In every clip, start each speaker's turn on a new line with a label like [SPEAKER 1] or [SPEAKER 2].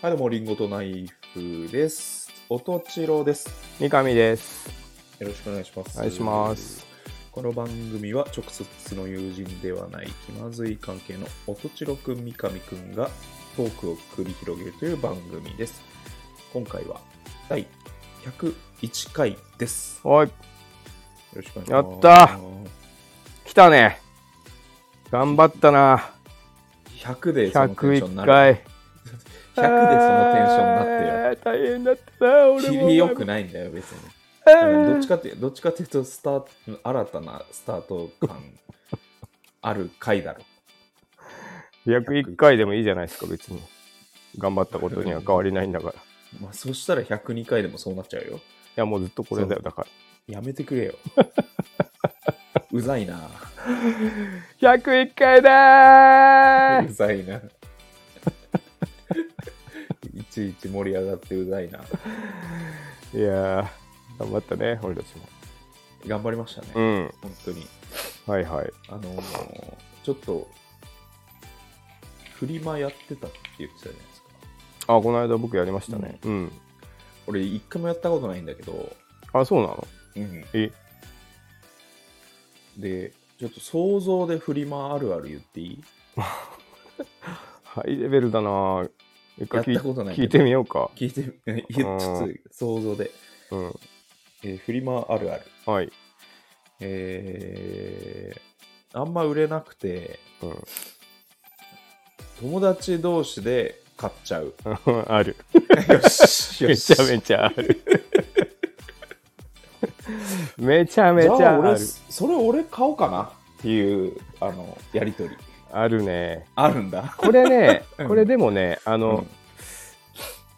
[SPEAKER 1] はい、どうも、リンゴとナイフです。おとちろです。
[SPEAKER 2] 三上です。
[SPEAKER 1] よろしくお願いします。
[SPEAKER 2] お願いします。。
[SPEAKER 1] この番組は直接の友人ではない気まずい関係のおとちろくん、三上くんがトークを繰り広げるという番組です。今回は第101回です。よ
[SPEAKER 2] おい、
[SPEAKER 1] ろしくお願いします。
[SPEAKER 2] や来たね。頑張ったな。
[SPEAKER 1] た !100 でそのテンションに
[SPEAKER 2] 101
[SPEAKER 1] なる。100で
[SPEAKER 2] 回。
[SPEAKER 1] そのテンションになってる。
[SPEAKER 2] る。大変だったな、俺も。
[SPEAKER 1] 切り良くないんだよ、別に。
[SPEAKER 2] あ
[SPEAKER 1] あのどっ
[SPEAKER 2] ー
[SPEAKER 1] ちかってどっちかっていうとスタート新たなスタート感 ある回だろ
[SPEAKER 2] 101回でもいいじゃないですか、別に。頑張ったことには変わりないんだから。い
[SPEAKER 1] まあそしたら102回でもそうなっちゃうよ
[SPEAKER 2] や、もうずっとこれだよ、だか
[SPEAKER 1] やめてくれよ うざいな
[SPEAKER 2] ら。101回だ
[SPEAKER 1] うざいないちいち盛り上がってうざいない
[SPEAKER 2] やー、頑張ったね、俺たちも。
[SPEAKER 1] 頑張りましたね、
[SPEAKER 2] うん、
[SPEAKER 1] 本当に
[SPEAKER 2] はいはい。
[SPEAKER 1] あのーちょっとフリマやってたって言ってたじゃないですか
[SPEAKER 2] あ、この間僕やりましたね。うん。
[SPEAKER 1] 俺一回もやったことないんだけど
[SPEAKER 2] あ、そうなの
[SPEAKER 1] うん
[SPEAKER 2] え
[SPEAKER 1] で、ちょっと想像でフリマあるある言っていい
[SPEAKER 2] ハイレベルだな。一回聞い
[SPEAKER 1] やったことないけど
[SPEAKER 2] 聞いてみようか。
[SPEAKER 1] 聞いてみ、 えちょっと想像で、
[SPEAKER 2] うん。
[SPEAKER 1] えーフリマあるある。
[SPEAKER 2] はい。
[SPEAKER 1] えー、あんま売れなくて、
[SPEAKER 2] うん。
[SPEAKER 1] 友達同士で買っちゃう。
[SPEAKER 2] ある。
[SPEAKER 1] よし、よ
[SPEAKER 2] め
[SPEAKER 1] し。
[SPEAKER 2] ちゃめちゃある。 めちゃめち
[SPEAKER 1] じゃ
[SPEAKER 2] ゃ
[SPEAKER 1] あ
[SPEAKER 2] あ
[SPEAKER 1] 俺、
[SPEAKER 2] る。
[SPEAKER 1] それ俺買おうかなっていう、あの、やりとり。
[SPEAKER 2] あるね。
[SPEAKER 1] あるんだ。
[SPEAKER 2] これね
[SPEAKER 1] う、ん
[SPEAKER 2] これでもね、あの、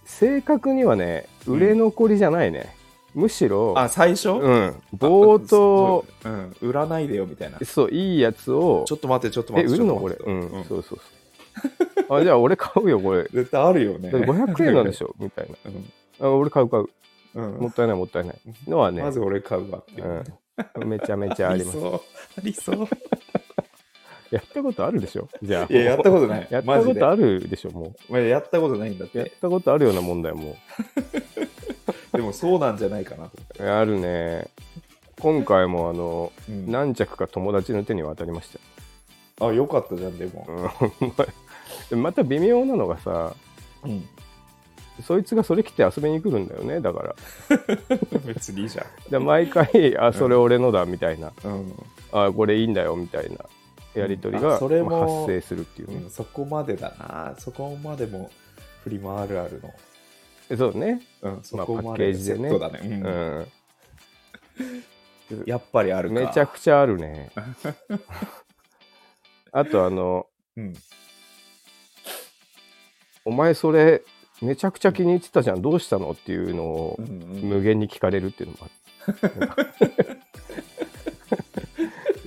[SPEAKER 2] 正確にはね、売れ残りじゃないね。むし
[SPEAKER 1] う
[SPEAKER 2] ろ
[SPEAKER 1] ん、あ、最初、
[SPEAKER 2] うん、冒頭、
[SPEAKER 1] あ、うん、売らないでよみたいな。ち
[SPEAKER 2] そう、いいやつを、
[SPEAKER 1] ょっと待って、ちょっと
[SPEAKER 2] え、
[SPEAKER 1] 待って。
[SPEAKER 2] 売るの
[SPEAKER 1] ち
[SPEAKER 2] こ
[SPEAKER 1] ょっ
[SPEAKER 2] れ。
[SPEAKER 1] と
[SPEAKER 2] う
[SPEAKER 1] 待って
[SPEAKER 2] ん
[SPEAKER 1] と、
[SPEAKER 2] そうそうそう。あ、じゃあ俺買うよ、これ。
[SPEAKER 1] 絶対あるよね。
[SPEAKER 2] だって500円なんでしょみたいな。
[SPEAKER 1] うん
[SPEAKER 2] あ俺買う買う。
[SPEAKER 1] うん
[SPEAKER 2] もったいない、もったいない。のはね、
[SPEAKER 1] まず俺買うわっていう。
[SPEAKER 2] うん、めちゃめちゃあります。
[SPEAKER 1] そう。あり そう。
[SPEAKER 2] やったことあるでしょじゃあ。
[SPEAKER 1] いや、やったこと ない。
[SPEAKER 2] やった
[SPEAKER 1] マジ
[SPEAKER 2] こ
[SPEAKER 1] で
[SPEAKER 2] とあるでしょ、も
[SPEAKER 1] まあやったことないんだっ。
[SPEAKER 2] う。やってたことあるようなもんだよ、も
[SPEAKER 1] でもそうなんじゃないかなと思って。
[SPEAKER 2] う。あるね。今回も、あの、
[SPEAKER 1] うん
[SPEAKER 2] 何着か友達の手に渡りました
[SPEAKER 1] あ、よかったじゃん、でも。
[SPEAKER 2] よ。うん でまた微妙なのがさ、
[SPEAKER 1] うん。
[SPEAKER 2] そいつがそれ着て遊びに来るんだよね、だから。
[SPEAKER 1] 別にいいじゃん。
[SPEAKER 2] で毎回、あ、それ俺のだ、みたいな。
[SPEAKER 1] うん。
[SPEAKER 2] あ、これいいんだよ、みたいな。やりとり
[SPEAKER 1] うん
[SPEAKER 2] が、
[SPEAKER 1] あそれも
[SPEAKER 2] まあ発生するっていうね。
[SPEAKER 1] そこまでだな。そこまでも振り回るあるの。
[SPEAKER 2] そうね。
[SPEAKER 1] うん、そこ
[SPEAKER 2] パ
[SPEAKER 1] ま
[SPEAKER 2] ッケ
[SPEAKER 1] で
[SPEAKER 2] ージ
[SPEAKER 1] セ
[SPEAKER 2] でね
[SPEAKER 1] ットだね。うん
[SPEAKER 2] うん。
[SPEAKER 1] やっぱりあるか。
[SPEAKER 2] めちゃくちゃあ るね。あとあの、
[SPEAKER 1] うん。
[SPEAKER 2] お前それめちゃくちゃ気に入ってたじゃん、どうしたのっていうのを
[SPEAKER 1] うんうん
[SPEAKER 2] 無限に聞かれるっていうのもあ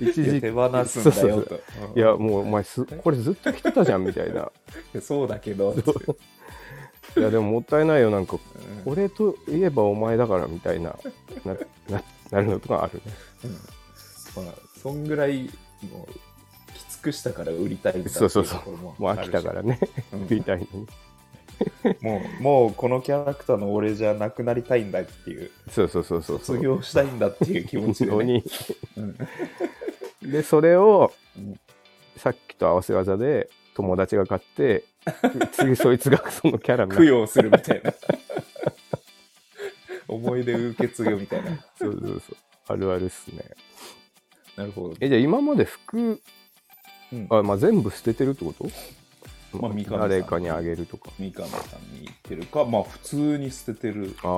[SPEAKER 2] る。一
[SPEAKER 1] いや
[SPEAKER 2] 時
[SPEAKER 1] 手放すんだ
[SPEAKER 2] そ
[SPEAKER 1] よ
[SPEAKER 2] うそ
[SPEAKER 1] と。うん
[SPEAKER 2] いや、もうお前すこれずっと着てたじゃんみたいな。
[SPEAKER 1] そうだけど。
[SPEAKER 2] いやでももったいないよなんか
[SPEAKER 1] うん
[SPEAKER 2] 俺といえばお前だからみたいななななるのとかあるね。
[SPEAKER 1] うんまあ、そんぐらいもうきつくしたから売りたいんだ
[SPEAKER 2] そうそうそう
[SPEAKER 1] っていところ
[SPEAKER 2] も
[SPEAKER 1] も
[SPEAKER 2] う
[SPEAKER 1] ある
[SPEAKER 2] 飽
[SPEAKER 1] し
[SPEAKER 2] きたからね
[SPEAKER 1] うん
[SPEAKER 2] みたいに。
[SPEAKER 1] もうもうこのキャラクターの俺じゃなくなりたいんだって いう
[SPEAKER 2] そうそうそうそうそ
[SPEAKER 1] 卒
[SPEAKER 2] う。
[SPEAKER 1] 業したいんだっていう気持ちで、
[SPEAKER 2] の
[SPEAKER 1] ね、
[SPEAKER 2] に
[SPEAKER 1] うん
[SPEAKER 2] でそれを
[SPEAKER 1] うん
[SPEAKER 2] さっきと合わせ技で友達が 買って次そいつがそのキャラにな
[SPEAKER 1] 供養するみたいな 思い出受け継ぐみたいな
[SPEAKER 2] そうそうそうあるあるっすね
[SPEAKER 1] なるほど、
[SPEAKER 2] えじゃあ今まで服
[SPEAKER 1] うん、
[SPEAKER 2] あ、まあ、全部捨ててるってこと、
[SPEAKER 1] まあ三上さん
[SPEAKER 2] 誰かにあげるとか
[SPEAKER 1] 三上さんに言ってるかまあ普通に捨ててる
[SPEAKER 2] ああ、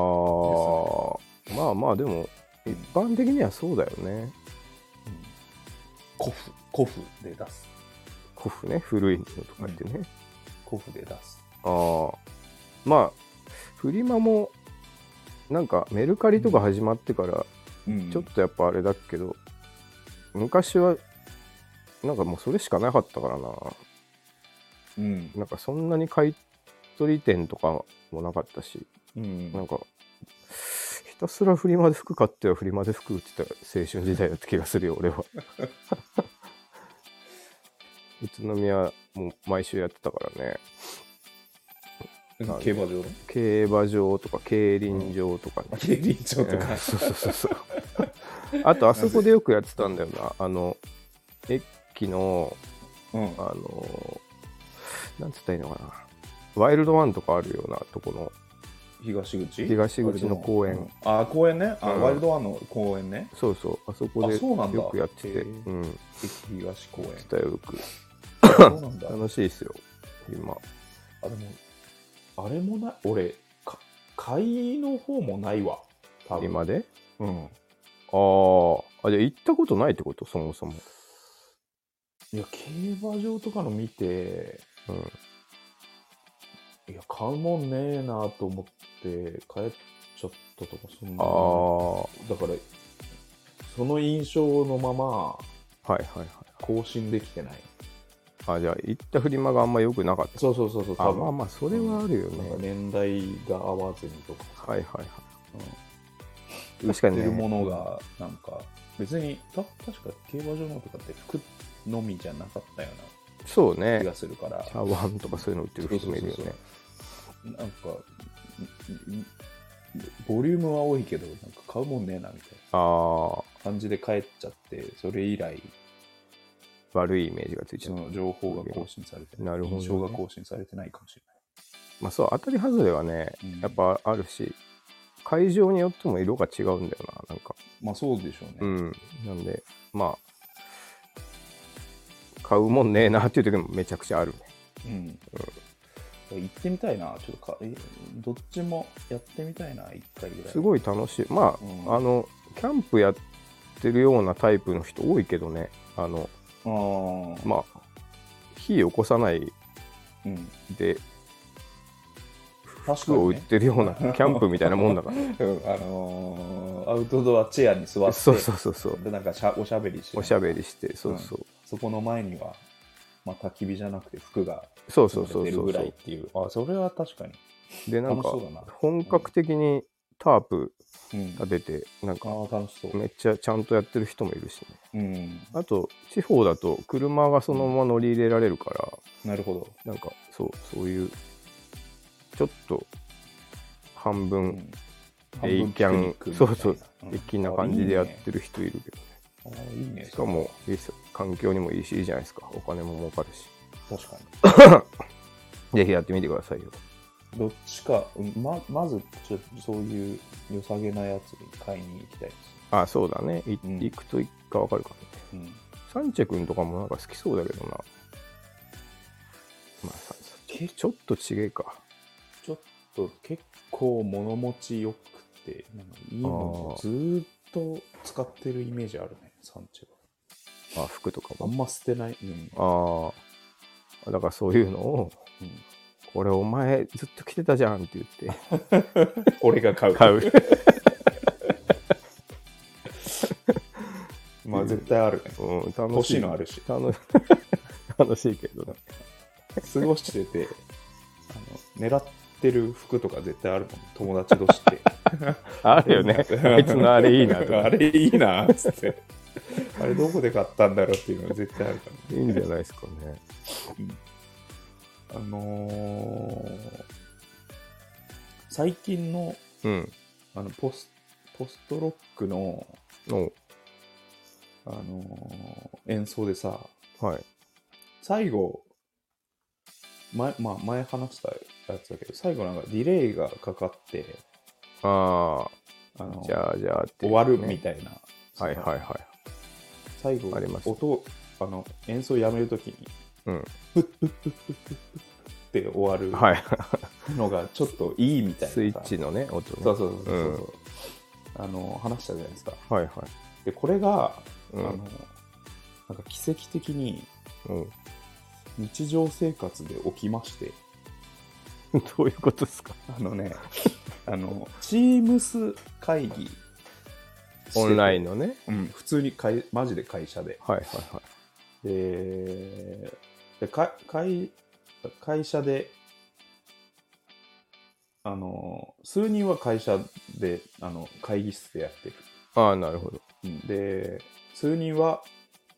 [SPEAKER 2] まあまあでも一般的にはそうだよね
[SPEAKER 1] 古布古布で出す
[SPEAKER 2] 古布ね古いのとかってね、
[SPEAKER 1] 古布で出す
[SPEAKER 2] ああまあフリマもなんかメルカリとか始まってから、
[SPEAKER 1] うん
[SPEAKER 2] ちょっとやっぱあれだけど、昔は、なんかもうそれしかなかったからな。
[SPEAKER 1] うん
[SPEAKER 2] なんかそんなに買い取り店とかもなかったし、
[SPEAKER 1] うん
[SPEAKER 2] なんか、ひたすらフリマで服買ってはフリマで服売ってた青春時代だった気がするよ、俺は。 宇都宮も毎週やってたからね。の
[SPEAKER 1] 競馬場の
[SPEAKER 2] 競馬場とか競輪場とかね、
[SPEAKER 1] 競輪場と
[SPEAKER 2] う
[SPEAKER 1] か
[SPEAKER 2] ん。 そうそうそうそうあとあそこでよくやってたんだよなあの駅の
[SPEAKER 1] うん
[SPEAKER 2] あのなんつったらいいのかなワイルドワンとかあるようなとこの
[SPEAKER 1] 東口
[SPEAKER 2] 東口の公園
[SPEAKER 1] うんあ公園ねあ、
[SPEAKER 2] うん
[SPEAKER 1] ワイルドワンの公園ね
[SPEAKER 2] そうそうあそこで
[SPEAKER 1] あそうなんだ
[SPEAKER 2] よくやって
[SPEAKER 1] へ
[SPEAKER 2] て
[SPEAKER 1] ー
[SPEAKER 2] うん
[SPEAKER 1] 東公園
[SPEAKER 2] 伝えよく
[SPEAKER 1] そうなんだ
[SPEAKER 2] 楽しいですよ今
[SPEAKER 1] あでもあれもない俺か会の方もないわ多分
[SPEAKER 2] 今で
[SPEAKER 1] うん
[SPEAKER 2] あーあじゃあ行ったことないってことそもそも、
[SPEAKER 1] いや競馬場とかの見て
[SPEAKER 2] うん、
[SPEAKER 1] いや買うもんねえなと思って帰っちゃったとかそん
[SPEAKER 2] あ
[SPEAKER 1] な
[SPEAKER 2] あは
[SPEAKER 1] だからその印象のまま
[SPEAKER 2] いはいはい
[SPEAKER 1] 更新できてない
[SPEAKER 2] あじゃあ行ったフリマがあんま良くなかった
[SPEAKER 1] そうそうそうそう
[SPEAKER 2] あ
[SPEAKER 1] 多分
[SPEAKER 2] まあまあそれはあるよね、
[SPEAKER 1] なんか年代が合わずにとかさ、
[SPEAKER 2] はいはいはい
[SPEAKER 1] うん
[SPEAKER 2] 確か
[SPEAKER 1] 売
[SPEAKER 2] にね
[SPEAKER 1] ってるものがなんか別にた確か競馬場のとかって服のみじゃなかったよ
[SPEAKER 2] そう
[SPEAKER 1] うな気
[SPEAKER 2] ね
[SPEAKER 1] がするから
[SPEAKER 2] 茶碗とかそういうの売ってる人もいるよ
[SPEAKER 1] そう
[SPEAKER 2] ね
[SPEAKER 1] そうそうなんかんんボリュームは多いけどなんか買うもんねえなみたい
[SPEAKER 2] あ
[SPEAKER 1] な感じで帰っちゃってそれ以来
[SPEAKER 2] あ悪いイメージがついちゃ、
[SPEAKER 1] そうの情報が更新されて
[SPEAKER 2] なるほどね
[SPEAKER 1] 印象が更新されてないかもしれ
[SPEAKER 2] まあそう当たり外れはね
[SPEAKER 1] ない、うん
[SPEAKER 2] やっぱあるし会場によっても色が違うんだよななんか
[SPEAKER 1] まあそうでしょう
[SPEAKER 2] う
[SPEAKER 1] ね、
[SPEAKER 2] んなんでまあ買うもんねえなっていう時もめちゃくちゃあるね
[SPEAKER 1] うん行ってみたいなちょっとかえどっちもやってみたいな1回ぐらい
[SPEAKER 2] すごい楽しいまあ、
[SPEAKER 1] うん
[SPEAKER 2] あのキャンプやってるようなタイプの人多いけどねあの
[SPEAKER 1] あー
[SPEAKER 2] まあ火起こさない
[SPEAKER 1] うん、
[SPEAKER 2] で
[SPEAKER 1] 確か
[SPEAKER 2] 服を
[SPEAKER 1] に、
[SPEAKER 2] 売っ
[SPEAKER 1] ね
[SPEAKER 2] てるようなキャンプみたいなもんだから、
[SPEAKER 1] うん あのーアウトドアチェアに座って
[SPEAKER 2] そうそうそうそう
[SPEAKER 1] でなんかしゃおしゃべりして
[SPEAKER 2] おしゃべりしてそうそう、
[SPEAKER 1] そこの前には、まあ、焚き火じゃなくて服が
[SPEAKER 2] そう
[SPEAKER 1] 積
[SPEAKER 2] そ
[SPEAKER 1] まれ
[SPEAKER 2] うそう
[SPEAKER 1] て
[SPEAKER 2] そ
[SPEAKER 1] るぐ
[SPEAKER 2] う
[SPEAKER 1] らいっていうあそれは確かに、
[SPEAKER 2] でなんか
[SPEAKER 1] 楽しそうだな
[SPEAKER 2] 本格的にタープ
[SPEAKER 1] うん、あ
[SPEAKER 2] が出てなんか
[SPEAKER 1] あ楽しそう、
[SPEAKER 2] めっちゃちゃんとやってる人もいるしね
[SPEAKER 1] うん、
[SPEAKER 2] あと地方だと車がそのまま乗り入れられるから
[SPEAKER 1] なるほど、
[SPEAKER 2] なんかそうそういうちょっと半
[SPEAKER 1] う
[SPEAKER 2] 分
[SPEAKER 1] ん
[SPEAKER 2] エイキャンそうそう的な感じでやっ
[SPEAKER 1] る
[SPEAKER 2] てる人いるけどね
[SPEAKER 1] あいいね
[SPEAKER 2] しかもいいっすよ環境にもいいしいいじゃないですかお金も儲かるし
[SPEAKER 1] 確かに
[SPEAKER 2] ぜひやってみてくださいよ
[SPEAKER 1] どっちか、うんままずちょっとそういう良さげなやつに買いに行きたいで
[SPEAKER 2] あそうだねい
[SPEAKER 1] うん
[SPEAKER 2] 行くといくか分かるからね
[SPEAKER 1] す、うん、
[SPEAKER 2] サンチェ君とかもなんか好きそうだけどなまあさ
[SPEAKER 1] 結
[SPEAKER 2] ちょっとちげえか
[SPEAKER 1] ちょっと結構物持ちよくてなんかいいものをずーっと使ってるイメージあるねサンチェ
[SPEAKER 2] あ服とか
[SPEAKER 1] はあん
[SPEAKER 2] も
[SPEAKER 1] ま捨てない、うん
[SPEAKER 2] ああだからそういうのを
[SPEAKER 1] うん
[SPEAKER 2] 「これお前ずっと着てたじゃん」って言って
[SPEAKER 1] 俺が買う
[SPEAKER 2] 買う
[SPEAKER 1] まあ絶対あるね
[SPEAKER 2] うん、楽
[SPEAKER 1] 欲しいのあるし
[SPEAKER 2] 楽楽しいけどね
[SPEAKER 1] 過ごしててあの狙ってる服とか絶対あるもん友達同士って
[SPEAKER 2] あるよねあいつのあれいいな と
[SPEAKER 1] あ
[SPEAKER 2] か
[SPEAKER 1] れいいなっつってあれどこで買ったんだろうっていうのは絶対あるからね
[SPEAKER 2] いいんじゃないですかね
[SPEAKER 1] あのー最近の
[SPEAKER 2] うん
[SPEAKER 1] あのポスポストロックの、
[SPEAKER 2] お
[SPEAKER 1] あのー演奏でさ
[SPEAKER 2] はい
[SPEAKER 1] 最後前,、まあ、前話したやつだけど最後なんかディレイがかかって、
[SPEAKER 2] ああ
[SPEAKER 1] あの
[SPEAKER 2] じゃあじゃあって、
[SPEAKER 1] 終わるみたいな、
[SPEAKER 2] はいはいはい
[SPEAKER 1] 最後
[SPEAKER 2] あります
[SPEAKER 1] 音をあの演奏やめるときに
[SPEAKER 2] うん
[SPEAKER 1] って終わ
[SPEAKER 2] はい
[SPEAKER 1] るのがちょっといいみたいなさ
[SPEAKER 2] スイッチのね音ね
[SPEAKER 1] そうそうそうそうそう、あの話したじゃないですか
[SPEAKER 2] はいは
[SPEAKER 1] でこれが、
[SPEAKER 2] い、う
[SPEAKER 1] あのな
[SPEAKER 2] ん
[SPEAKER 1] んか奇跡的に
[SPEAKER 2] うん、
[SPEAKER 1] 日常生活で起きまして
[SPEAKER 2] どういうことですか
[SPEAKER 1] あの ねあの Teams 会議してて
[SPEAKER 2] オンラインのね
[SPEAKER 1] うん、普通に会マジで会社で
[SPEAKER 2] はいはいはい
[SPEAKER 1] ででか会会社であの数人は会社であの会議室でやってる、
[SPEAKER 2] ああなるほど
[SPEAKER 1] うんで数人は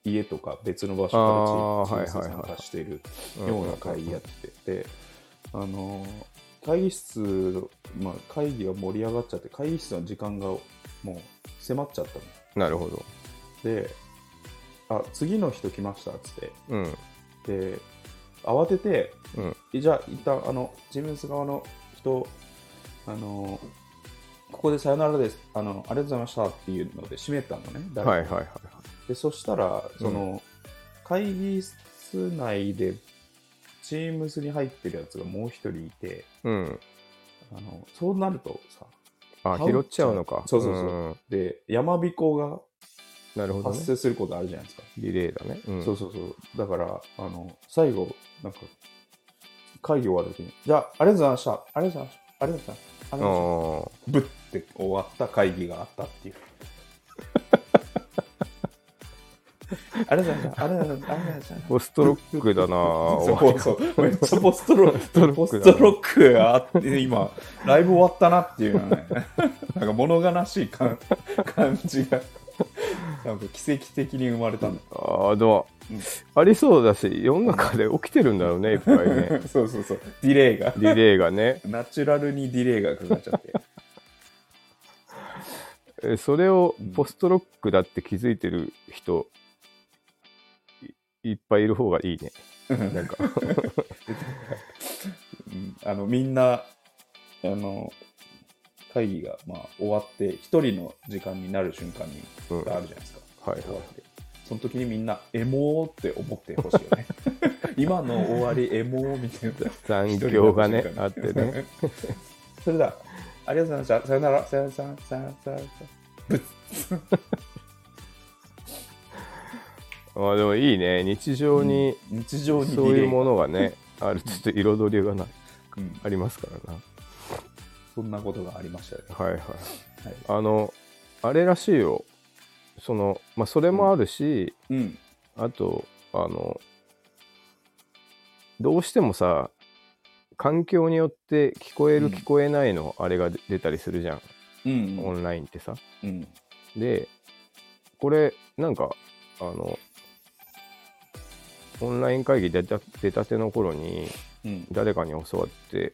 [SPEAKER 1] 家とか別の場所から
[SPEAKER 2] あー
[SPEAKER 1] チーム
[SPEAKER 2] はいはいはい
[SPEAKER 1] 参加している
[SPEAKER 2] ん
[SPEAKER 1] ような会議やってて、であの会議室、まあ、会議が盛り上がっちゃって、会議室の時間がもう迫っちゃったの。
[SPEAKER 2] なるほど。
[SPEAKER 1] で、あ、次の人来ましたっつって。
[SPEAKER 2] うん。
[SPEAKER 1] で、慌てて、
[SPEAKER 2] うん
[SPEAKER 1] えじゃあ、一旦、あの、ジムス側の人、あの、ここでさよならです、あの、ありがとうございましたっていうので閉めたのね、誰か
[SPEAKER 2] はいはいはいはい。
[SPEAKER 1] でそしたらその、会議室内で Teams に入ってるやつがもう一人いて
[SPEAKER 2] うん。
[SPEAKER 1] あのそうなるとさ
[SPEAKER 2] あ、
[SPEAKER 1] 羽織
[SPEAKER 2] 拾
[SPEAKER 1] っち
[SPEAKER 2] っち
[SPEAKER 1] ゃ
[SPEAKER 2] ゃ
[SPEAKER 1] う
[SPEAKER 2] うのか。
[SPEAKER 1] そうそうそうんで山彦が
[SPEAKER 2] なるほどね
[SPEAKER 1] 発。生することあるじゃないですか、
[SPEAKER 2] リレーだね。うん
[SPEAKER 1] そうそうそうだからあの最後なんか会議終わる時にじゃあありがとうございましたありがとうございましたありがとうございましたありがとうございました
[SPEAKER 2] あ
[SPEAKER 1] ぶって終わった会議があった っていう。ありがとうございました。ありがとうございました。ありがとうございました
[SPEAKER 2] あ。。ポストロック だな
[SPEAKER 1] そうそう。めっちゃポストロック。ポ
[SPEAKER 2] ポ
[SPEAKER 1] ス
[SPEAKER 2] ス
[SPEAKER 1] ト
[SPEAKER 2] ト
[SPEAKER 1] ロッ
[SPEAKER 2] ロ
[SPEAKER 1] クがあって、今、ライブ終わったなっていうのはね、 なんか物悲しい感感じが、なんか奇跡的に生まれたんだ。
[SPEAKER 2] ああ、でも
[SPEAKER 1] うん、
[SPEAKER 2] ありそうだし、世の中で起きてるんだろうね、いっぱ いね。
[SPEAKER 1] そうそうそう。ディレイが。
[SPEAKER 2] リレーがね。
[SPEAKER 1] ナチュラルにディレイがかかっちゃって。
[SPEAKER 2] えそれを
[SPEAKER 1] うん
[SPEAKER 2] ポストロックだって気づいてる人、いいっぱいいる方がいいね。なんか、
[SPEAKER 1] うんあのみんなあの会議がまあ終わって一人の時間になる瞬間に
[SPEAKER 2] うん、はい
[SPEAKER 1] があるじゃないですか、
[SPEAKER 2] はい。
[SPEAKER 1] 終わってその時にみんなエモーって思ってほしいよね今の終わりエモーみたいな
[SPEAKER 2] 残響がね
[SPEAKER 1] 一人に、
[SPEAKER 2] あ
[SPEAKER 1] な
[SPEAKER 2] っ
[SPEAKER 1] ってた瞬間に
[SPEAKER 2] ね。
[SPEAKER 1] それではありがとうございましたさよならさよならさよならさよなら
[SPEAKER 2] ああ、でもいいね。日常に、
[SPEAKER 1] 日常に
[SPEAKER 2] そういうも
[SPEAKER 1] の、
[SPEAKER 2] のがね、 あるちょっと彩りがな
[SPEAKER 1] うん
[SPEAKER 2] ありますからな。
[SPEAKER 1] そんなことがありましたよね、
[SPEAKER 2] はいはい。
[SPEAKER 1] はい
[SPEAKER 2] あの、あれらしいよ。その、まあ、それもあるし、
[SPEAKER 1] うん
[SPEAKER 2] あと、あの、どうしてもさ、環境によって聞こえる
[SPEAKER 1] うん
[SPEAKER 2] 聞こえないのあれが出出たりするじゃん、
[SPEAKER 1] うんう
[SPEAKER 2] オ
[SPEAKER 1] ん
[SPEAKER 2] ンラインってさ。
[SPEAKER 1] うん
[SPEAKER 2] で、これ、なんか、あの、オンライン会議出た出たての頃に
[SPEAKER 1] うん
[SPEAKER 2] 誰かに教わって、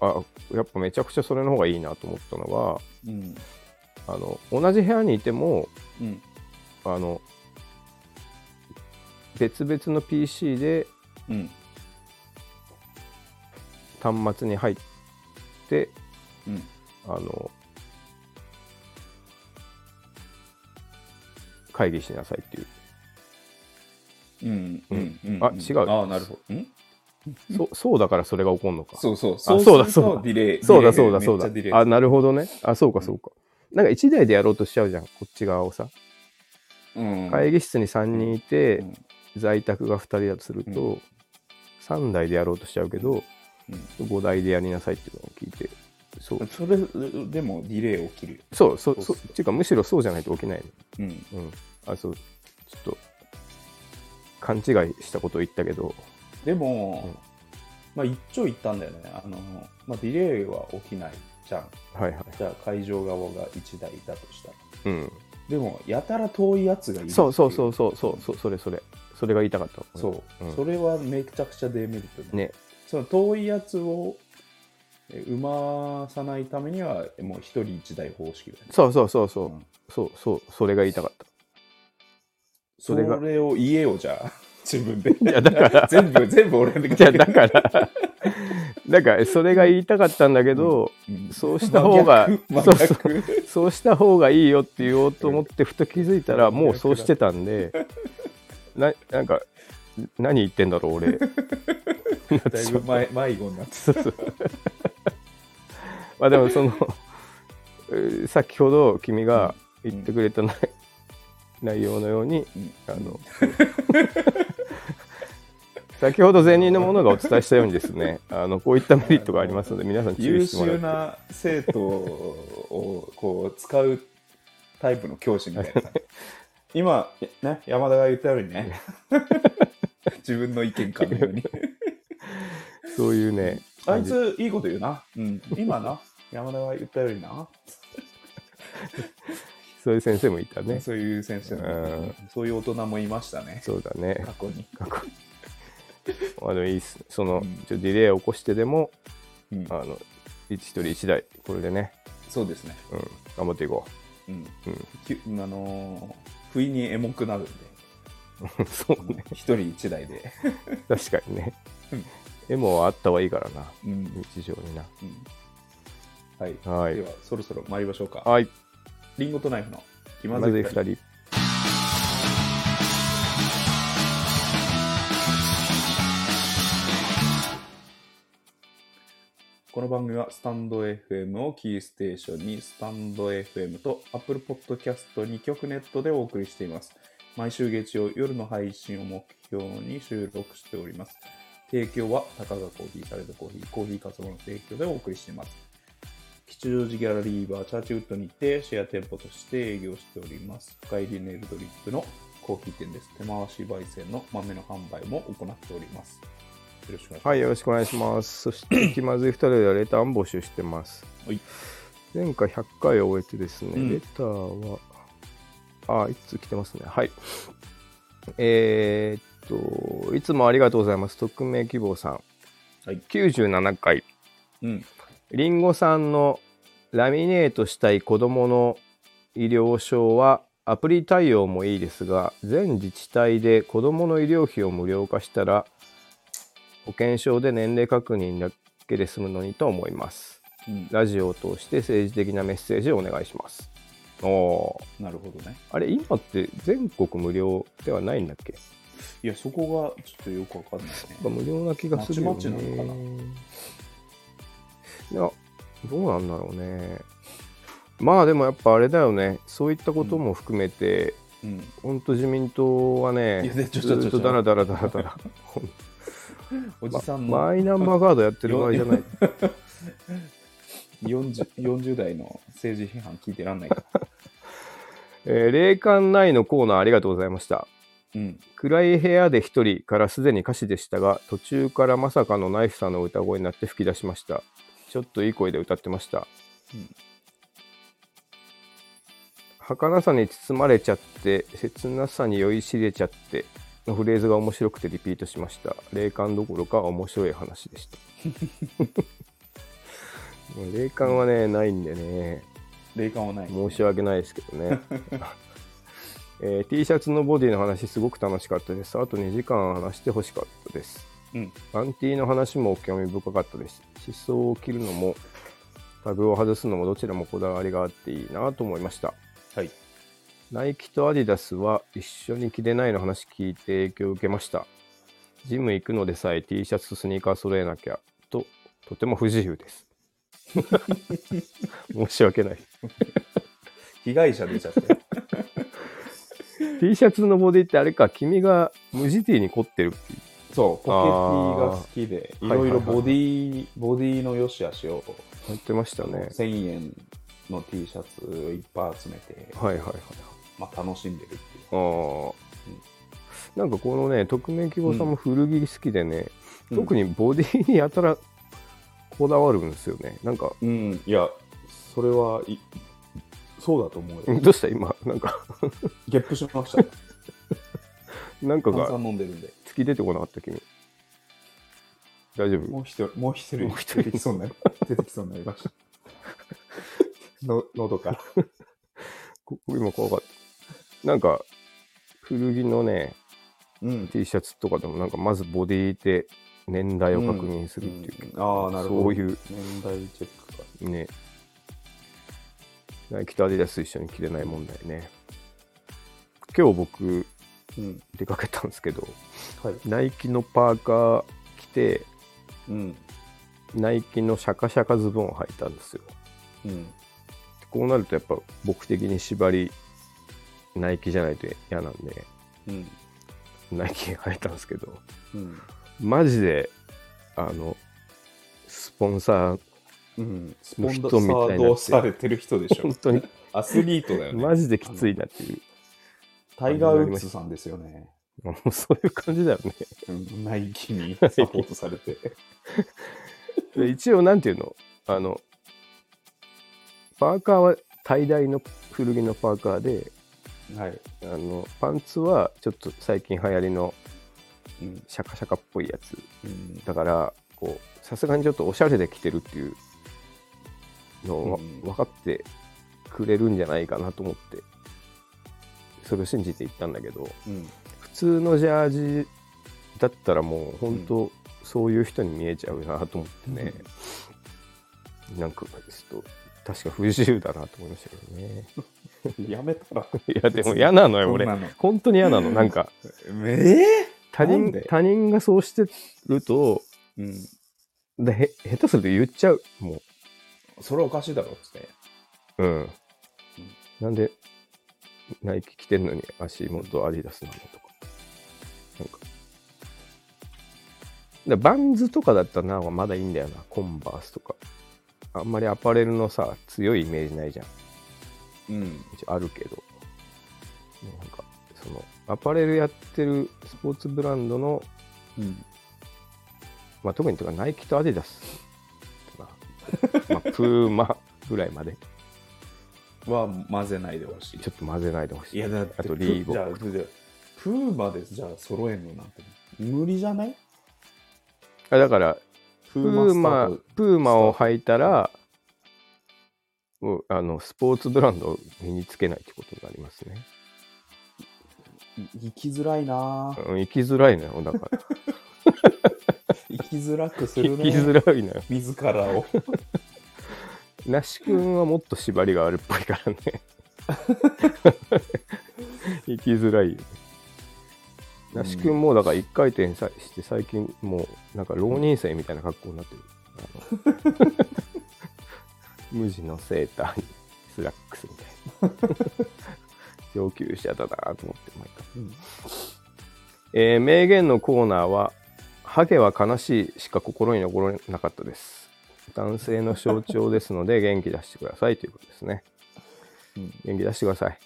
[SPEAKER 2] あ、やっぱめちゃくちゃそれの方がいいなと思ったのが、
[SPEAKER 1] うん
[SPEAKER 2] あの同じ部屋にいても
[SPEAKER 1] うん
[SPEAKER 2] あの別々の PC で
[SPEAKER 1] うん
[SPEAKER 2] 端末に入って
[SPEAKER 1] うん
[SPEAKER 2] あの会議しなさいっていう
[SPEAKER 1] うんうんうん
[SPEAKER 2] あ違う
[SPEAKER 1] ああ、なるほど。ん
[SPEAKER 2] そそうだからそれが起こるのか
[SPEAKER 1] そうそう。
[SPEAKER 2] そうだ
[SPEAKER 1] すると
[SPEAKER 2] そうだ
[SPEAKER 1] ディレイ。
[SPEAKER 2] そうだそうだそう
[SPEAKER 1] めっちゃディレイ
[SPEAKER 2] だあなるほどねあそうかそうか、なんか1台でやろうとしちゃうじゃんこっち側をさ
[SPEAKER 1] うん
[SPEAKER 2] 会議室に3人いて、
[SPEAKER 1] うん
[SPEAKER 2] 在宅が2人だとすると、
[SPEAKER 1] う
[SPEAKER 2] 3台でやろうとしちゃうけど、
[SPEAKER 1] う
[SPEAKER 2] 5台でやりなさいっていうのを聞いてそう
[SPEAKER 1] それでもディレイ起きるよ。
[SPEAKER 2] そうそう
[SPEAKER 1] そ
[SPEAKER 2] そうう
[SPEAKER 1] っす
[SPEAKER 2] っていうかむしろそうじゃないと起きない
[SPEAKER 1] うん。
[SPEAKER 2] のうんあそうちょっと勘違いしたことを言ったけど
[SPEAKER 1] でも
[SPEAKER 2] う
[SPEAKER 1] ま
[SPEAKER 2] ん、
[SPEAKER 1] あ一丁言ったんだよね。あの、まあディレイは起きないじゃん。
[SPEAKER 2] はいはい
[SPEAKER 1] じゃあ会場側が1台いたとしたら。
[SPEAKER 2] うん
[SPEAKER 1] でも、やたら遠いやつがいるってい。
[SPEAKER 2] そうそうそうそうそうそうそれそれそれが言いたかった
[SPEAKER 1] そうう。
[SPEAKER 2] ん
[SPEAKER 1] それはめちゃくちゃデメリットだね
[SPEAKER 2] ね
[SPEAKER 1] その遠いやつをえ生まさないためには、もう一人一台方式だよね。
[SPEAKER 2] そうそうそうそううんそうそうそれが言いたかった
[SPEAKER 1] そ
[SPEAKER 2] そ
[SPEAKER 1] れ
[SPEAKER 2] れが
[SPEAKER 1] を言えよ、じゃあ。 自分で。
[SPEAKER 2] いやだから
[SPEAKER 1] 全部、全部俺で。
[SPEAKER 2] じゃあだからだからそれが言いたかったんだけど、
[SPEAKER 1] うん
[SPEAKER 2] そうした方が
[SPEAKER 1] 真
[SPEAKER 2] そう
[SPEAKER 1] 逆真
[SPEAKER 2] そう
[SPEAKER 1] 逆
[SPEAKER 2] そうした方がいいよって言おうと思ってふと気づいたらもうそうしてたんでななんか何言ってんだろう俺
[SPEAKER 1] だいぶ前 迷子になって
[SPEAKER 2] そうそうまあでもそのえー先ほど君が言ってくれた内,、内容のようにあの先ほど前任の者がお伝えしたようにですねあのこういったメリットがありますので皆さん注
[SPEAKER 1] 優
[SPEAKER 2] 意してもら
[SPEAKER 1] 秀な生
[SPEAKER 2] って
[SPEAKER 1] 徒をこう使うタイプの教師みたいな。今、ね、山田が言ったように ね、自分の意見かのように。
[SPEAKER 2] そういうね
[SPEAKER 1] あい
[SPEAKER 2] 感じ
[SPEAKER 1] つ、いいこと言うな。うん、今な、山田が言ったよりな、
[SPEAKER 2] そういう先生もいたね
[SPEAKER 1] そういう先生
[SPEAKER 2] う
[SPEAKER 1] も
[SPEAKER 2] ん、
[SPEAKER 1] そういう大人もいましたね、
[SPEAKER 2] そうだね
[SPEAKER 1] 過去に。
[SPEAKER 2] 過去あのいいっすそ
[SPEAKER 1] う
[SPEAKER 2] の、
[SPEAKER 1] ん
[SPEAKER 2] ちょっとディレイを起こしてでも
[SPEAKER 1] うん
[SPEAKER 2] あの一一人一台これでね、
[SPEAKER 1] そうですね。
[SPEAKER 2] うん、頑張っていこ
[SPEAKER 1] うん。
[SPEAKER 2] う、う
[SPEAKER 1] きゅあのー不意にエモくなるんで、
[SPEAKER 2] ん、そう ね
[SPEAKER 1] 一人一台で。
[SPEAKER 2] 確かにね
[SPEAKER 1] うん
[SPEAKER 2] 絵もあったはいいからな
[SPEAKER 1] うん。
[SPEAKER 2] 日常にな
[SPEAKER 1] うんはい。
[SPEAKER 2] はい
[SPEAKER 1] では、そろそろ参りましょうか。
[SPEAKER 2] はい
[SPEAKER 1] リンゴとナイフの気ま
[SPEAKER 2] ま
[SPEAKER 1] ずい
[SPEAKER 2] ず
[SPEAKER 1] 二
[SPEAKER 2] い
[SPEAKER 1] 人。
[SPEAKER 2] 2人
[SPEAKER 1] この番組はスタンド FM をキーステーションにスタンド FM と Apple Podcast2 曲ネットでお送りしています。毎週月曜夜の配信を目標に収録しております。提供は高がコーヒー、サレドコーヒー、コーヒーかそばの提供でお送りしています。吉祥寺ギャラリーバーチャーチウッドにてシェア店舗として営業しております。深入りネルドリップのコーヒー店です。手回し焙煎の豆の販売も行っております。よろしくお願いします。
[SPEAKER 2] はいよろしくお願いしますそして気まずい2人ではレターン募集してます
[SPEAKER 1] はい
[SPEAKER 2] 前回100回を終えてですね、
[SPEAKER 1] うん
[SPEAKER 2] レターはあいつ来てますねはいえーっといつもありがとうございます匿名希望さん
[SPEAKER 1] はい。
[SPEAKER 2] 97回
[SPEAKER 1] うん。
[SPEAKER 2] リンゴさんのラミネートしたい子どもの医療証はアプリ対応もいいですが全自治体で子どもの医療費を無料化したら保険証で年齢確認だけで済むのにと思います
[SPEAKER 1] うん、
[SPEAKER 2] ラジオを通して政治的なメッセージをお願いしますおー
[SPEAKER 1] なるほどね。
[SPEAKER 2] あれ今って全国無料ではないんだっけ
[SPEAKER 1] いや、そこがちょっとよくわかんないね。
[SPEAKER 2] なんか無料な気がするよね
[SPEAKER 1] まちまちなのかない
[SPEAKER 2] やどうなんだろうねまあでもやっぱあれだよねそういったことも含めて、
[SPEAKER 1] うん。
[SPEAKER 2] ほんと自民党はいね
[SPEAKER 1] やちょち
[SPEAKER 2] ず
[SPEAKER 1] ょちょ
[SPEAKER 2] っとダラダラダラダラほん
[SPEAKER 1] おじさん
[SPEAKER 2] ま
[SPEAKER 1] の
[SPEAKER 2] マイナンバーカードやってる場合じゃない
[SPEAKER 1] 40, 40代の政治批判聞いてらんないから。
[SPEAKER 2] えー霊感ないのコーナーありがとうございました
[SPEAKER 1] うん。
[SPEAKER 2] 暗い部屋で一人からすでに歌詞でしたが途中からまさかのナイフさんの歌声になって吹き出しましたちょっといい声で歌ってました、
[SPEAKER 1] うん
[SPEAKER 2] 儚さに包まれちゃって切なさに酔いしれちゃってのフレーズが面白くてリピートしました霊感どころか面白い話でした もう霊感はねないんでね
[SPEAKER 1] 霊感はない、
[SPEAKER 2] 申し訳ないですけどね、えー T シャツのボディの話すごく楽しかったですあと2時間話してほしかったです
[SPEAKER 1] うん。
[SPEAKER 2] アンティの話も興味深かったです思想を切るのもタグを外すのもどちらもこだわりがあっていいなと思いました
[SPEAKER 1] はい。
[SPEAKER 2] ナイキとアディダスは一緒に着れないの話聞いて影響を受けましたジム行くのでさえ T シャツとスニーカー揃えなきゃととても不自由です申し訳ない
[SPEAKER 1] 被害者出 ちゃって。
[SPEAKER 2] T シャツのボディってあれか君が無地 T に凝ってるっていう
[SPEAKER 1] そう、
[SPEAKER 2] あー
[SPEAKER 1] ポケティが好きで、
[SPEAKER 2] はいいはいは
[SPEAKER 1] ろ
[SPEAKER 2] い
[SPEAKER 1] いろボディ、ボディの良し悪しを、
[SPEAKER 2] 言ってましたね
[SPEAKER 1] 1000円の T シャツいっぱい集めて、
[SPEAKER 2] はいはいはい
[SPEAKER 1] まあ楽しんでるっていう。
[SPEAKER 2] あーなんかこのね匿名希望さんも古着好きでね、
[SPEAKER 1] うん
[SPEAKER 2] 特にボディにやたらこだわるんですよねなんか
[SPEAKER 1] うん。いや、それはい、そうだと思うよ。
[SPEAKER 2] どうした今なんか
[SPEAKER 1] ゲップしました。
[SPEAKER 2] なんか
[SPEAKER 1] 炭
[SPEAKER 2] が
[SPEAKER 1] 酸飲んでるんで。
[SPEAKER 2] 突き出てこなかった君大丈夫
[SPEAKER 1] もう一人、もう一人、
[SPEAKER 2] もう一人
[SPEAKER 1] 出てきそうになり、出てきそうになりました。の、喉から。
[SPEAKER 2] こ今怖かったなんか古着のね
[SPEAKER 1] うん。
[SPEAKER 2] T シャツとかでもなんかまずボディで年代を確認するっていう、
[SPEAKER 1] ああ、なるほど。
[SPEAKER 2] そういう
[SPEAKER 1] 年代チェックか。
[SPEAKER 2] ね。ナイキとアディダス一緒に着れない問題ね。今日僕
[SPEAKER 1] うん。
[SPEAKER 2] 出かけたんですけど、
[SPEAKER 1] はい。
[SPEAKER 2] ナイキのパーカー着て、
[SPEAKER 1] うん。
[SPEAKER 2] ナイキのシャカシャカズボンを履いたんですよ。
[SPEAKER 1] うん。
[SPEAKER 2] こうなるとやっぱ僕的に縛り、ナイキじゃないと嫌なんで、
[SPEAKER 1] うん。
[SPEAKER 2] ナイキ履いたんですけど、
[SPEAKER 1] うん。
[SPEAKER 2] マジで、あの、スポンサー、
[SPEAKER 1] うん。スポンド
[SPEAKER 2] 人
[SPEAKER 1] サ
[SPEAKER 2] みたいになって
[SPEAKER 1] ードされてる人でしょ
[SPEAKER 2] 本。当に
[SPEAKER 1] アスリートだよね。
[SPEAKER 2] マジできついなっていう、
[SPEAKER 1] タイガー・ウッズさんですよね。
[SPEAKER 2] もうそういう感じだよね。
[SPEAKER 1] うんナイキにサポートされて。
[SPEAKER 2] で一応なんていうのあのパーカーは大大の古着のパーカーで
[SPEAKER 1] はい。
[SPEAKER 2] あのパンツはちょっと最近流行りの
[SPEAKER 1] うん。
[SPEAKER 2] シャカシャカっぽいやつ
[SPEAKER 1] うん
[SPEAKER 2] だからここうさすがにちょっとおしゃれで着てるっていうのをわ
[SPEAKER 1] うん
[SPEAKER 2] 分かってくれるんじゃないかなと思ってそれを信じて行ったんだけど
[SPEAKER 1] うん
[SPEAKER 2] 普通のジャージだったらもう本当そういう人に見えちゃうなと思ってね、なんかちょっと確か不自由だなと思いましたけどね
[SPEAKER 1] やめたら
[SPEAKER 2] いやでも嫌なのよ
[SPEAKER 1] そ
[SPEAKER 2] 俺
[SPEAKER 1] んなの
[SPEAKER 2] 本当に嫌なのなんか
[SPEAKER 1] え
[SPEAKER 2] 他
[SPEAKER 1] なん
[SPEAKER 2] 人
[SPEAKER 1] で
[SPEAKER 2] 他人がそうしてると
[SPEAKER 1] えうん
[SPEAKER 2] でへ下手すると言っちゃうも
[SPEAKER 1] それおかしいだろっつって
[SPEAKER 2] ううんなんでナイキ着てんのに足元アディダスなのとかなんかでバンズとかだったらなんかまだいいんだよなコンバースとかあんまりアパレルのさ強いイメージないじゃん
[SPEAKER 1] うん
[SPEAKER 2] 一応あるけどなんかそのアパレルやってるスポーツブランドの、
[SPEAKER 1] うん
[SPEAKER 2] まあ、特にとかナイキとアディダスかな、まあ、 プーマぐらいまで
[SPEAKER 1] は混ぜないでほしい
[SPEAKER 2] ちょっと混ぜないでほしい
[SPEAKER 1] いやだって
[SPEAKER 2] あとリーゴ
[SPEAKER 1] じゃあだってプーマでじゃあ揃えんのなんて無理じゃない
[SPEAKER 2] あだから
[SPEAKER 1] プ
[SPEAKER 2] プー
[SPEAKER 1] ス
[SPEAKER 2] マ
[SPEAKER 1] タート
[SPEAKER 2] プーマを履いたらもうあのスポーツブランドを身につけないってことになりますね、
[SPEAKER 1] い生きづらいなぁ
[SPEAKER 2] うん、生きづらいのよだから
[SPEAKER 1] 生きづらくす
[SPEAKER 2] 生
[SPEAKER 1] る
[SPEAKER 2] きづ
[SPEAKER 1] ね
[SPEAKER 2] らいのよ
[SPEAKER 1] 自ら を
[SPEAKER 2] 那須君はもっと縛りがあるっぽいからね行きづらいよね那須君もだから一回転さして最近もうなんか浪人生みたいな格好になってるあの無地のセーターにスラックスみたいな上級者だなと思って毎回
[SPEAKER 1] うん
[SPEAKER 2] えー名言のコーナーは「ハゲは悲しい」しか心に残らなかったです男性の象徴ですの で元気出してくださいということですね
[SPEAKER 1] うん
[SPEAKER 2] 元気出してください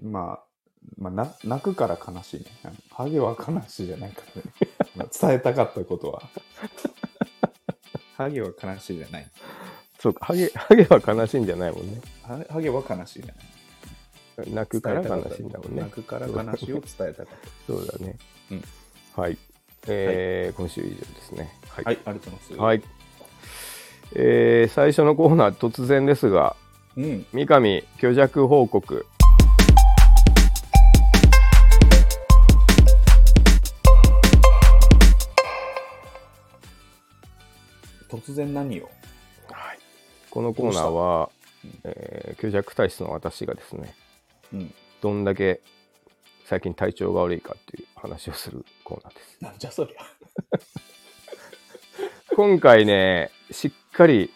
[SPEAKER 1] まあまあ、な泣くから悲しいね。あのハゲは悲しいじゃないからね。 まあ伝えたかったことは。ハゲは悲しいじゃない。
[SPEAKER 2] そうかハゲハゲは悲しいんじゃないもんね
[SPEAKER 1] ハハゲは悲しいじゃない。
[SPEAKER 2] 泣くから悲しいんだもんね
[SPEAKER 1] 泣くから悲しいを伝えたかっ
[SPEAKER 2] そうだね、
[SPEAKER 1] うん
[SPEAKER 2] はい、えー今週以上ですねはい
[SPEAKER 1] た。はい、ありがとうございます。
[SPEAKER 2] はいえー最初のコーナー突然ですが
[SPEAKER 1] うん。
[SPEAKER 2] 三上虚弱報告
[SPEAKER 1] 突然何を
[SPEAKER 2] はい、このコーナーは、えー、虚弱体質の私がですね
[SPEAKER 1] うん。
[SPEAKER 2] どんだけ最近体調が悪いかっていう話をするコーナ ーです
[SPEAKER 1] なんじゃそりゃ。
[SPEAKER 2] 今回ねしっかり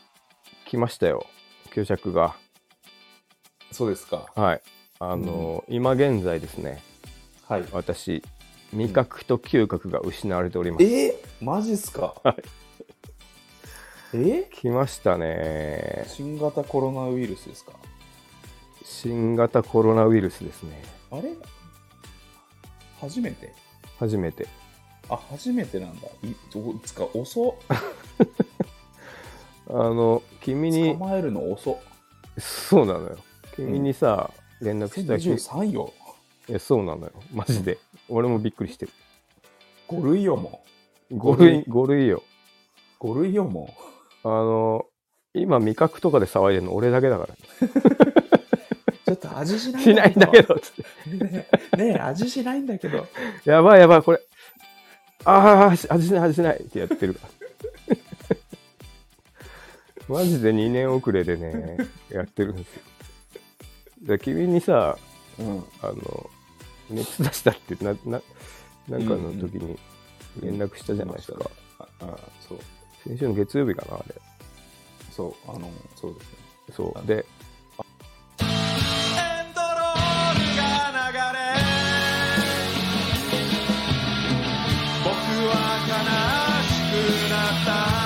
[SPEAKER 2] 来ましたよ虚弱が
[SPEAKER 1] そうですか。
[SPEAKER 2] はいあの、今現在ですね
[SPEAKER 1] はい。
[SPEAKER 2] 私味覚と嗅覚が失われております、
[SPEAKER 1] えー、マジっすか。
[SPEAKER 2] はい
[SPEAKER 1] え
[SPEAKER 2] 来ました
[SPEAKER 1] ー
[SPEAKER 2] ね
[SPEAKER 1] 新型コロナウイルスですか。
[SPEAKER 2] 新型コロナウイルスですね
[SPEAKER 1] あれ初めて
[SPEAKER 2] 初めて
[SPEAKER 1] あ、初めてなんだ。いおつか、遅
[SPEAKER 2] あの君
[SPEAKER 1] 捕
[SPEAKER 2] に
[SPEAKER 1] まえるの遅
[SPEAKER 2] そうなのよ君にさ、連絡した日
[SPEAKER 1] 2023よ。
[SPEAKER 2] いや、そうなのよ。マジで。俺もびっくりしてる。
[SPEAKER 1] 5類よも
[SPEAKER 2] 5
[SPEAKER 1] 類
[SPEAKER 2] 類、5類よ。
[SPEAKER 1] う。5類よも
[SPEAKER 2] あの、今、味覚とかで騒いでるの俺だけだから。
[SPEAKER 1] う。ちょっと味しない
[SPEAKER 2] しないんだけ。ど、 つっ
[SPEAKER 1] ねえねえ、味しないんだけど。
[SPEAKER 2] て。やばいやばい、これ。ああ、味しない、味しないってやってる から。マジで2年遅れでね、やってるんですよ。で君にさ、
[SPEAKER 1] うん。
[SPEAKER 2] あの、熱出したってな、な、なんかの時に連絡したじゃないですか。
[SPEAKER 1] ああそう。
[SPEAKER 2] 先週の月曜日かな、あれ。
[SPEAKER 1] そう、あの、そうですね。
[SPEAKER 2] そう。で、
[SPEAKER 3] エンドロールが流れ僕は悲しくなった